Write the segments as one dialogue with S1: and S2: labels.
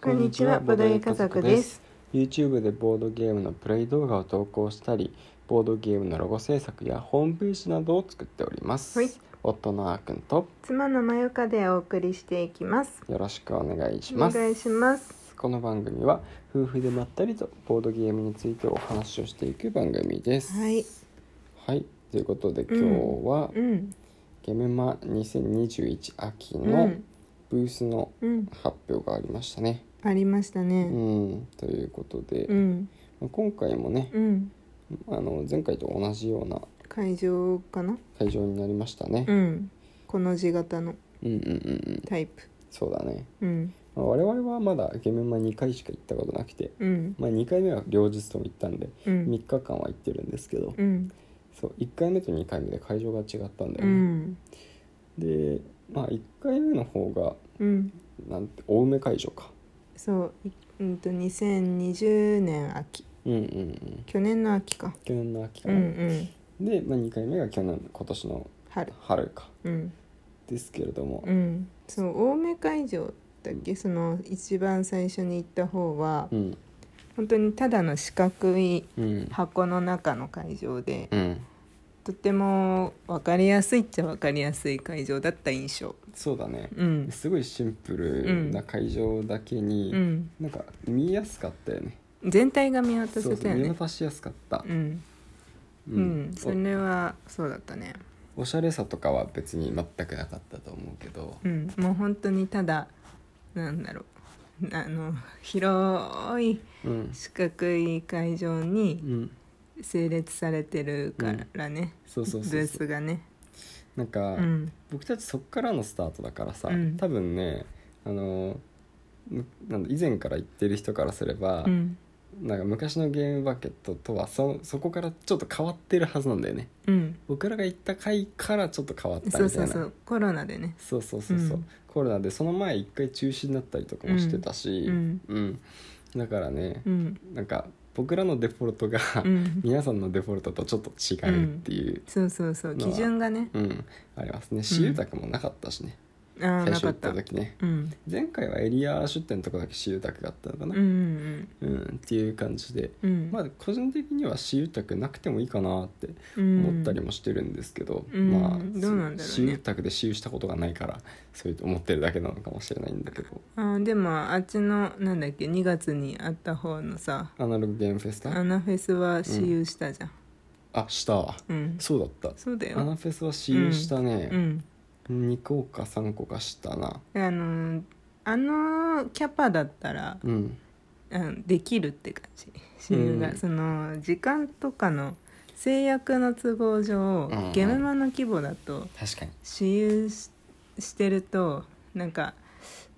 S1: こんにちは、ボドゲ家族です。。
S2: YouTube でボードゲームのプレイ動画を投稿したり、ボードゲームのロゴ制作やホームページなどを作っております。
S1: はい
S2: 夫のあーくんと
S1: 妻のまゆかでお送りしていきます。
S2: よろしくお願いし
S1: お
S2: ます。
S1: 願いします。
S2: この番組は夫婦でまったりとボードゲームについてお話をしていく番組です。
S1: はい、
S2: はい、ということで今日は、
S1: うん、
S2: ゲメマ2021秋
S1: う
S2: の
S1: ん、
S2: ブースの
S1: うん、
S2: 発表がありましたね。
S1: ありました
S2: う
S1: ね。
S2: ん、ということで、
S1: うん、
S2: まあ今回もね、
S1: うん、
S2: あの前回と同じような
S1: 会場かな。
S2: 会場になりましたね
S1: う。ん、この字型の
S2: うん、うん、うんうん
S1: タイプ。
S2: そうだね。
S1: うん、
S2: まあ我々はまだゲメマ2回しか行ったことなくて、
S1: うん、
S2: まあ、2回目は両日とも行ったんで
S1: うん、
S2: 3日間は行ってるんですけど、
S1: うん、
S2: そう1回目と2回目で会場が違ったんだよね。
S1: うん、
S2: で、まあ、1回目の方が
S1: うん、
S2: なんて青梅会場か。
S1: そう、いうんと2020年秋、
S2: うんうんうん。
S1: 去年の秋か。
S2: 去年の秋か
S1: う
S2: な。
S1: ん、うん、
S2: で、まあ、2回目が去年今年の
S1: 春。
S2: 春か
S1: うん。
S2: ですけれども、
S1: うん、そう青梅会場だっけその一番最初に行った方は、
S2: うん
S1: 本当にただの四角い
S2: うん
S1: 箱の中の会場で
S2: うん、
S1: とても分かりやすいっちゃ分かりやすい会場だった印象
S2: そうだね
S1: うん
S2: すごいシンプルな会場だけに、
S1: うん
S2: なんか見やすかったよね
S1: 全体が見渡
S2: そう
S1: せ
S2: そ
S1: た
S2: う
S1: よ
S2: 見
S1: ね
S2: 渡しやすかった、
S1: うん
S2: う
S1: うんん、それはそうだったね
S2: おおしゃれさとかは別に全くなかったと思うけど
S1: うんもう本当にただなんだろうあの広い
S2: うん、
S1: 四角い会場に
S2: うん、
S1: 整列されてるからね、
S2: そうそう
S1: ブ
S2: そう
S1: ー
S2: そ
S1: ス
S2: う
S1: がね、
S2: なんか、
S1: うん、
S2: 僕たちそっからのスタートだからさ、
S1: うん
S2: 多分ねあのむなんだ以前から言ってる人からすれば、
S1: うん、
S2: なんか昔のゲームバケットとはそそこからちょっと変わってるはずなんだよね
S1: うん、
S2: 僕らが行った回からちょっと変わったみたい
S1: そ
S2: な
S1: うそうそうコロナでね
S2: そうそうそうそう
S1: うん
S2: コロナでその前一回中止になったりとかもしてたし、
S1: うん
S2: うんだからね
S1: う、ん
S2: なんか僕らのデフォルトが、
S1: うん
S2: 皆さんのデフォルトとちょっと違うっていう、
S1: そうそうそう基準がね
S2: うんありますね私有宅もなかったしね、
S1: ああ
S2: 最
S1: な
S2: 初行
S1: かっ
S2: った
S1: たうん
S2: 時ね
S1: うん
S2: 前回はエリア出店のとこだけ私有宅があったのか
S1: う
S2: な、
S1: ん
S2: うんっていう感じで。
S1: うん
S2: まあ、個人的には私有宅なくてもいいかなって
S1: うん
S2: 思ったりもしてるんですけど、
S1: うん
S2: まあ
S1: うんどうなんだろう
S2: 私
S1: ね
S2: 有宅で私有したことがないからそういう思ってるだけなのかもしれないんだけど
S1: あーでもあっちのなんだっけ2月にあった方のさ
S2: アナログゲームフェス
S1: ア
S2: タ
S1: ナフェスは私有したじゃん
S2: あしたわ
S1: うん
S2: そうだった
S1: そうだ
S2: アナ
S1: よ
S2: フェスは私有した
S1: う
S2: ね、
S1: ん
S2: 2個か3個かしたな
S1: あのーあのキャパだったら
S2: うん
S1: うん、できるって感じ私有が、
S2: うん
S1: その時間とかの制約の都合上、
S2: うんうん
S1: ゲムマの規模だと
S2: 確かに
S1: 私有ししてるとなんか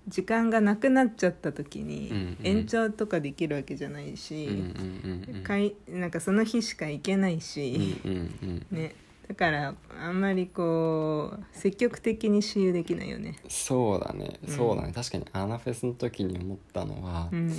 S1: 時間がなくなっちゃった時
S2: うん
S1: に
S2: うん
S1: 延長とかできるわけじゃない
S2: うんうん
S1: し、
S2: うんうん
S1: かいなんかその日しか行けないし、
S2: うんうんうん
S1: ねだからあんまりこう積極的に私有できないよね。
S2: そうだねそうだね、
S1: うん
S2: 確かにアナフェスの時に思ったのは、
S1: うん、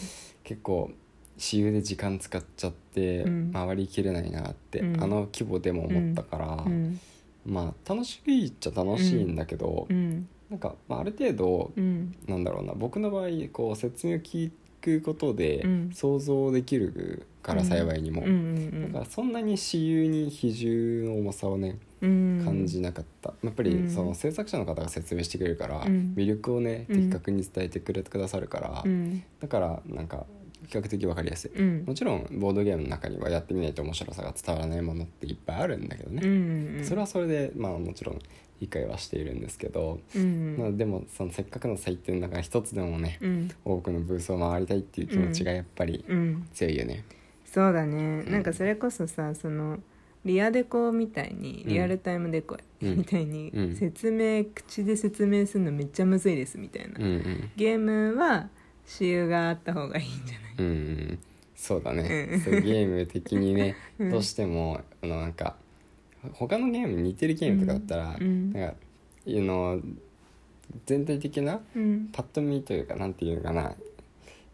S2: 結構私有で時間使っちゃって
S1: うん
S2: 回りきれないなって、
S1: うん
S2: あの規模でも思ったから、
S1: うん
S2: まあ楽しいっちゃ楽しいんだけど、
S1: うん
S2: なんか、まあ、ある程度
S1: うん
S2: なんだろうな僕の場合こう説明を聞くことで
S1: うん
S2: 想像できるから、幸いにも、
S1: うんうんうん
S2: だからそんなに私有に比重の重さをね感
S1: 感
S2: じなかった、やっぱ
S1: う
S2: り
S1: ん
S2: その制作者の方が説明してくれるから、
S1: うん
S2: 魅力をね
S1: うん
S2: 的確に伝えてくれてくださるから、
S1: うん
S2: だからなんか比較的わかりやすい、
S1: うん
S2: もちろんボードゲームの中にはやってみないと面白さが伝わらないものっていっぱいあるんだけど
S1: う
S2: ね、
S1: んうん
S2: それはそれでまあもちろん理解はしているんですけど、
S1: うん
S2: まあ、でもそのせっかくの祭典の中一つでもね、
S1: うん
S2: 多くのブースを回りたいっていう気持ちがやっぱり
S1: うん
S2: 強いよね。
S1: そうだね
S2: うん
S1: なんかそれこそさそのリアデコみたいに
S2: うん
S1: リアルタイムデコ
S2: うん
S1: みたいに
S2: うん
S1: 説明口で説明するのめっちゃむずいですみたい
S2: うん、
S1: な
S2: うん
S1: ゲームは私有があった方がいいんじゃない
S2: うんうんそうだね、
S1: うん
S2: そうゲーム的にね、
S1: うん
S2: どうしてもあのなんか他のゲーム似てるゲームとかだったら、
S1: うん
S2: なんかあの全体的な
S1: うん
S2: パッと見というかなんていうのかな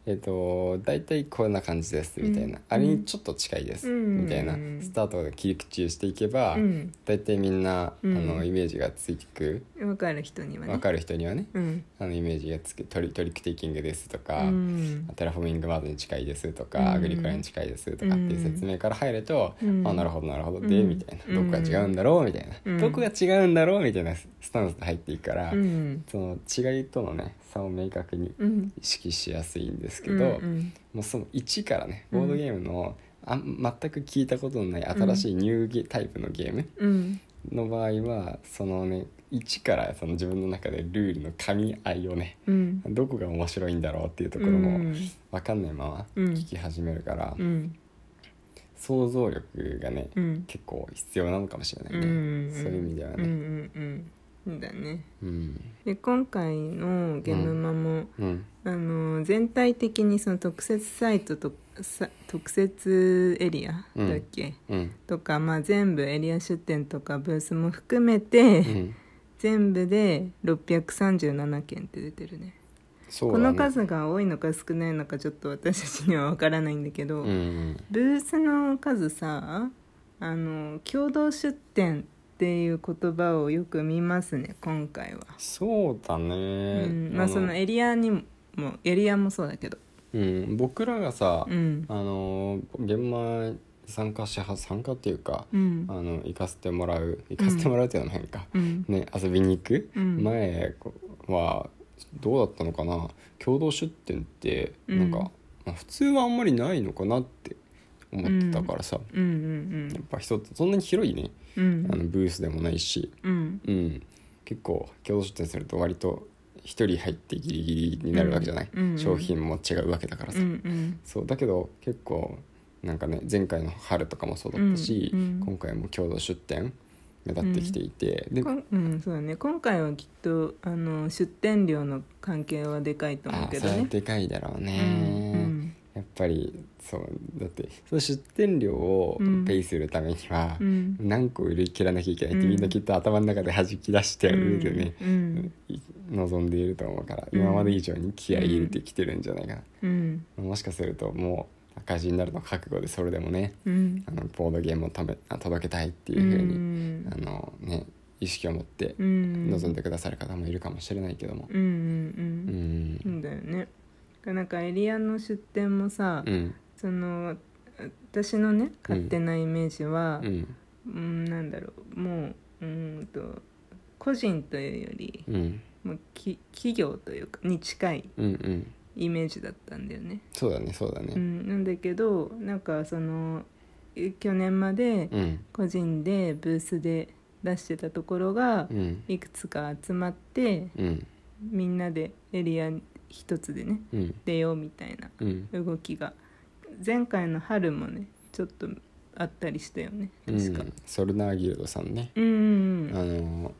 S2: えっと大体こんな感じですみたいな、
S1: うん
S2: あれにちょっと近いです、
S1: うん
S2: みたいなスタートが切り口をしていけば、
S1: うん
S2: 大体みんな、
S1: うん
S2: あのイメージがついてく
S1: 分かる人にはね
S2: 分かる人にはね
S1: うん
S2: あのイメージがつくトリトリックテイキングですとか、
S1: うん
S2: テラフォーミングマードに近いですとか、
S1: うん
S2: アグリコラに近いですとかっていう説明から入ると、
S1: うん
S2: あなるほどなるほど
S1: うん
S2: で、みたいなどこが違うんだろうみたいな、
S1: うん
S2: どこが違うんだろうみたいなスタンスで入っていくから、
S1: うん
S2: その違いとのね差を明確に
S1: うん
S2: 意識しやすいんですけ
S1: うん
S2: ど、
S1: うん
S2: もうその1からね
S1: うん
S2: ボードゲームの、あん全く聞いたことのない新しいニューゲタイプのゲーム
S1: うん
S2: の場合はそのね1からその自分の中でルールの噛み合いをね
S1: うん
S2: どこが面白いんだろうっていうところも、わかんないまま
S1: うん
S2: 聞き始めるから、
S1: うん
S2: 想像力がね、
S1: うん
S2: 結構必要なのかもしれないね、
S1: うん
S2: そういう意味では
S1: うん
S2: ね
S1: うんうんだね
S2: うん
S1: で今回の「ゲムマも」
S2: うん
S1: あの全体的にその特設サイトとさ特設エリアだっけ、
S2: うん
S1: とか、まあ、全部エリア出店とかブースも含めて、
S2: うん
S1: 全部で637件って出てるね
S2: そう
S1: こ
S2: だね
S1: の数が多いのか少ないのかちょっと私たちには分からないんだけど、
S2: うん
S1: ブースの数さあの共同出店っていう言葉をよく見ますね今回は、
S2: そうだね、
S1: うんまあ、その
S2: の
S1: エリアにもエリアもそうだけど
S2: うん、僕らがさ、
S1: うん
S2: あの現場に参加しは参加っていうか、
S1: うん
S2: あの行かせてもらう行かせてもらうっていうのも変か、
S1: うん
S2: ね遊びに行く、
S1: うん
S2: 前はどうだったのかな共同出店って
S1: うん
S2: なんか、まあ普通はあんまりないのかなって思ってたからさ、
S1: うん
S2: やっぱ人ってそんなに広いね、
S1: うんうん
S2: あのブースでもないし、
S1: うん
S2: うん、結構共同出店すると割と1人入ってギリギリになるわけじゃない、
S1: うんうん
S2: 商品も違うわけだからさ、
S1: うんうん
S2: そうだけど結構なんかね前回の春とかもそうだったし、
S1: うんうん
S2: 今回も共同出店目立ってきていて、で
S1: こんうんそうだね今回はきっとあの出店料の関係はでかいと思
S2: あ
S1: うけ
S2: ー
S1: ど
S2: それは
S1: ね
S2: でかいだろうね、
S1: うん
S2: やっぱりそうだってその出店料を
S1: うん
S2: ペイするためには
S1: う、ん
S2: 何個売り切らなきゃいけないって、
S1: うん
S2: みんなきっと頭の中で弾き出して
S1: う
S2: ル
S1: ん
S2: ールね、
S1: うん
S2: い望んでいると思うから、
S1: うん
S2: 今まで以上に気合い入れてきてるんじゃないかな、
S1: うん
S2: もしかするともう赤字になるの覚悟でそれでもね
S1: うん
S2: あのボードゲームをためあ届けたいっていううふうに、
S1: ん
S2: あのね意識を持って
S1: うん
S2: 望んでくださる方もいるかもしれないけども
S1: うんう
S2: うん
S1: うんうんんだよねなんかエリアの出店もさ、
S2: うん
S1: その私のね勝手なイメージは
S2: う、ん
S1: うん、なんだろうもううんと個人というより
S2: うん
S1: もうき企業というかに近い
S2: うんうん
S1: イメージだったんだよね、
S2: そうだねそうだ
S1: う
S2: ね
S1: ん、なんだけどなんかそのえ去年まで
S2: うん
S1: 個人でブースで出してたところが
S2: うん
S1: いくつか集まって
S2: うん
S1: みんなでエリア一つでね
S2: うん
S1: 出ようみたいな
S2: うん
S1: 動きが前回の春もねちょっとあったりしたよね
S2: う
S1: 確か
S2: んソルナーギルドさんね
S1: うん
S2: あ
S1: うん
S2: の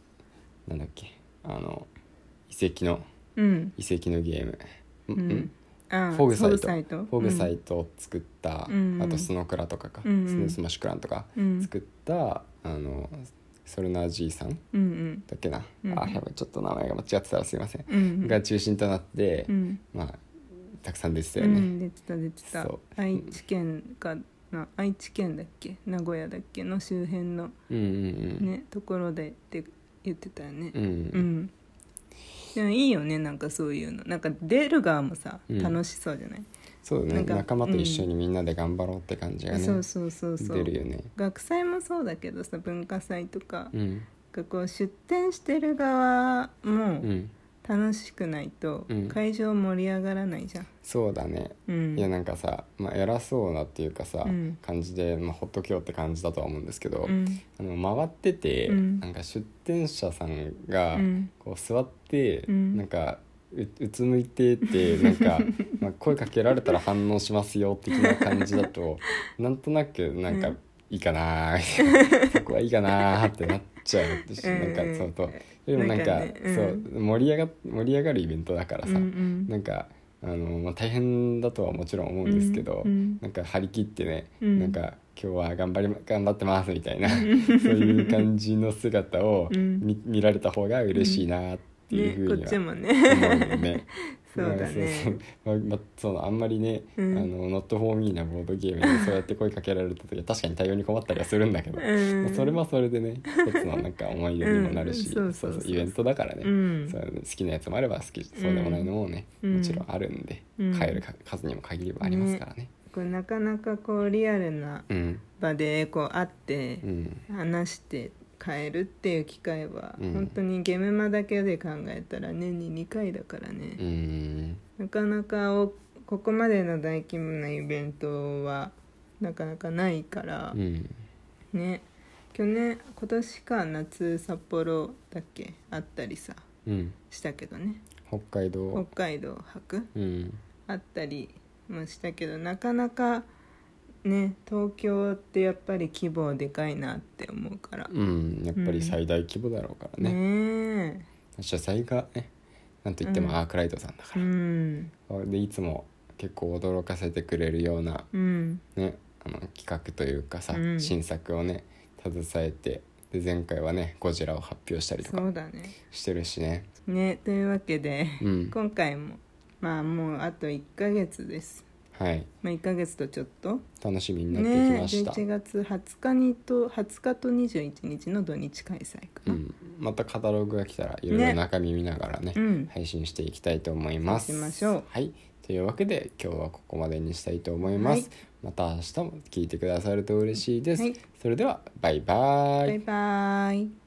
S2: なんだっけあの遺跡の
S1: うん
S2: 遺跡のゲーム
S1: うんうんあ
S2: フォグサイト
S1: ト
S2: フォグサイトを作った、
S1: うん
S2: あとスノクラとかか、
S1: うん
S2: スノースマッシュクランとか
S1: うん
S2: 作った、あのソルナージーさん
S1: うんうん
S2: だっけな、
S1: うん
S2: あやばいちょっと名前が間違ってたらすいません、
S1: うんうん
S2: が中心となって、
S1: うん
S2: まあたくさん出てた
S1: う
S2: よね、
S1: ん出てた出てた
S2: そう
S1: 愛知県かな愛知県だっけ名古屋だっけの周辺の
S2: うん、うんうん
S1: ねところでって言ってたよね
S2: う
S1: うんんでもいいよねなんかそういうのなんか出る側もさ
S2: うん
S1: 楽しそうじゃない
S2: そうだ
S1: な
S2: ね
S1: んか
S2: 仲間と一緒にみんなで頑張ろうって感じがね、
S1: そうそうそうそう
S2: 出るよね
S1: 学祭もそうだけどさ文化祭とか
S2: うん
S1: がこう出展してる側も
S2: うん
S1: 楽しくないと
S2: うん
S1: 会場盛り上がらないじゃん、
S2: そうだね
S1: うん、
S2: いやなんかさ、まあ、偉そうなっていうかさ、
S1: うん
S2: 感じで、まあ、ほっとけよって感じだとは思うんですけど、
S1: うん
S2: あの回ってて、
S1: うん
S2: なんか出店者さんが
S1: うん
S2: こう座って、
S1: うん
S2: なんかううつむいててなん かまあ声かけられたら反応しますよ的な感じだ となんとなくなんか、
S1: うん
S2: いいか なーみたいなそこはいいかなーってなっちゃうし、
S1: うん
S2: なんかそうとでもなんか
S1: なんかねうん
S2: そう盛り上が盛り上がるイベントだからさ、
S1: うんうん
S2: なんかあの、まあ、大変だとはもちろん思うんですけど、
S1: うんうん
S2: なんか張り切ってね、
S1: うん
S2: なんか今日は頑張りま頑張ってますみた いなそういう感じの姿を
S1: うん
S2: 見,、見られた方が嬉しいなっていうふう
S1: ね、
S2: に
S1: こっ
S2: は
S1: ち
S2: 思
S1: もね
S2: うよね。
S1: そうだね。
S2: まあまあそのあんまりね、
S1: うん
S2: あのノットフォーミーなボードゲームにそうやって声かけられた時は確かに対応に困ったりはするんだけど、
S1: う
S2: まあ
S1: ん、
S2: それはそれでね一つのなんか思い出にもなるし、
S1: うんそうそうそう
S2: イベントだからね、
S1: うん
S2: そう好きなやつもあれば好きそうでもないのもね、
S1: うん
S2: もちろんあるんで、
S1: うん
S2: 買えるか数にも限りはありますからね。
S1: こうなかなかこうリアルな
S2: うん、
S1: 場でこう会って
S2: うん
S1: 話して変えるっていう機会は、
S2: うん
S1: 本当にゲームマだけで考えたら年に2回だから
S2: う
S1: ね、
S2: ん
S1: なかなかおここまでの大規模なイベントはなかなかないから
S2: う、ん
S1: ね去年今年か夏札幌だっけあったりさ
S2: うん
S1: したけどね
S2: 北海
S1: 北
S2: 道、
S1: 海道博
S2: うん、
S1: あったりもしたけどなかなかね東京ってやっぱり規模でかいなって思うから
S2: うん、やっぱり最大規模だろうからね、
S1: ね
S2: 主催がねなんといって
S1: う
S2: も
S1: ん
S2: アークライトさんだか
S1: えう
S2: ら、
S1: ん
S2: でいつも結構驚かせてくれるような、
S1: うん
S2: ね、あの企画というかさ、
S1: うん
S2: 新作をね携えてで前回はね「ゴジラ」を発表したりと
S1: そう
S2: か
S1: だね
S2: してるしね
S1: ねというわけで、
S2: うん
S1: 今回もまあもうあと1ヶ月です、
S2: はい
S1: まあ、1ヶ月とちょっと
S2: 楽しみになってき
S1: ね
S2: ました、
S1: 11月20日にと20日と21日の土日開催か
S2: う
S1: な、
S2: ん、またカタログが来たらいろいろ中身見ながらね
S1: うん
S2: 配信していきたいと思います。
S1: そうしましょう
S2: はい、というわけで今日はここまでにしたいと思います。
S1: はい
S2: また明日も聞いてくださると嬉しいです。
S1: はい
S2: それではバイバイ
S1: バイバイ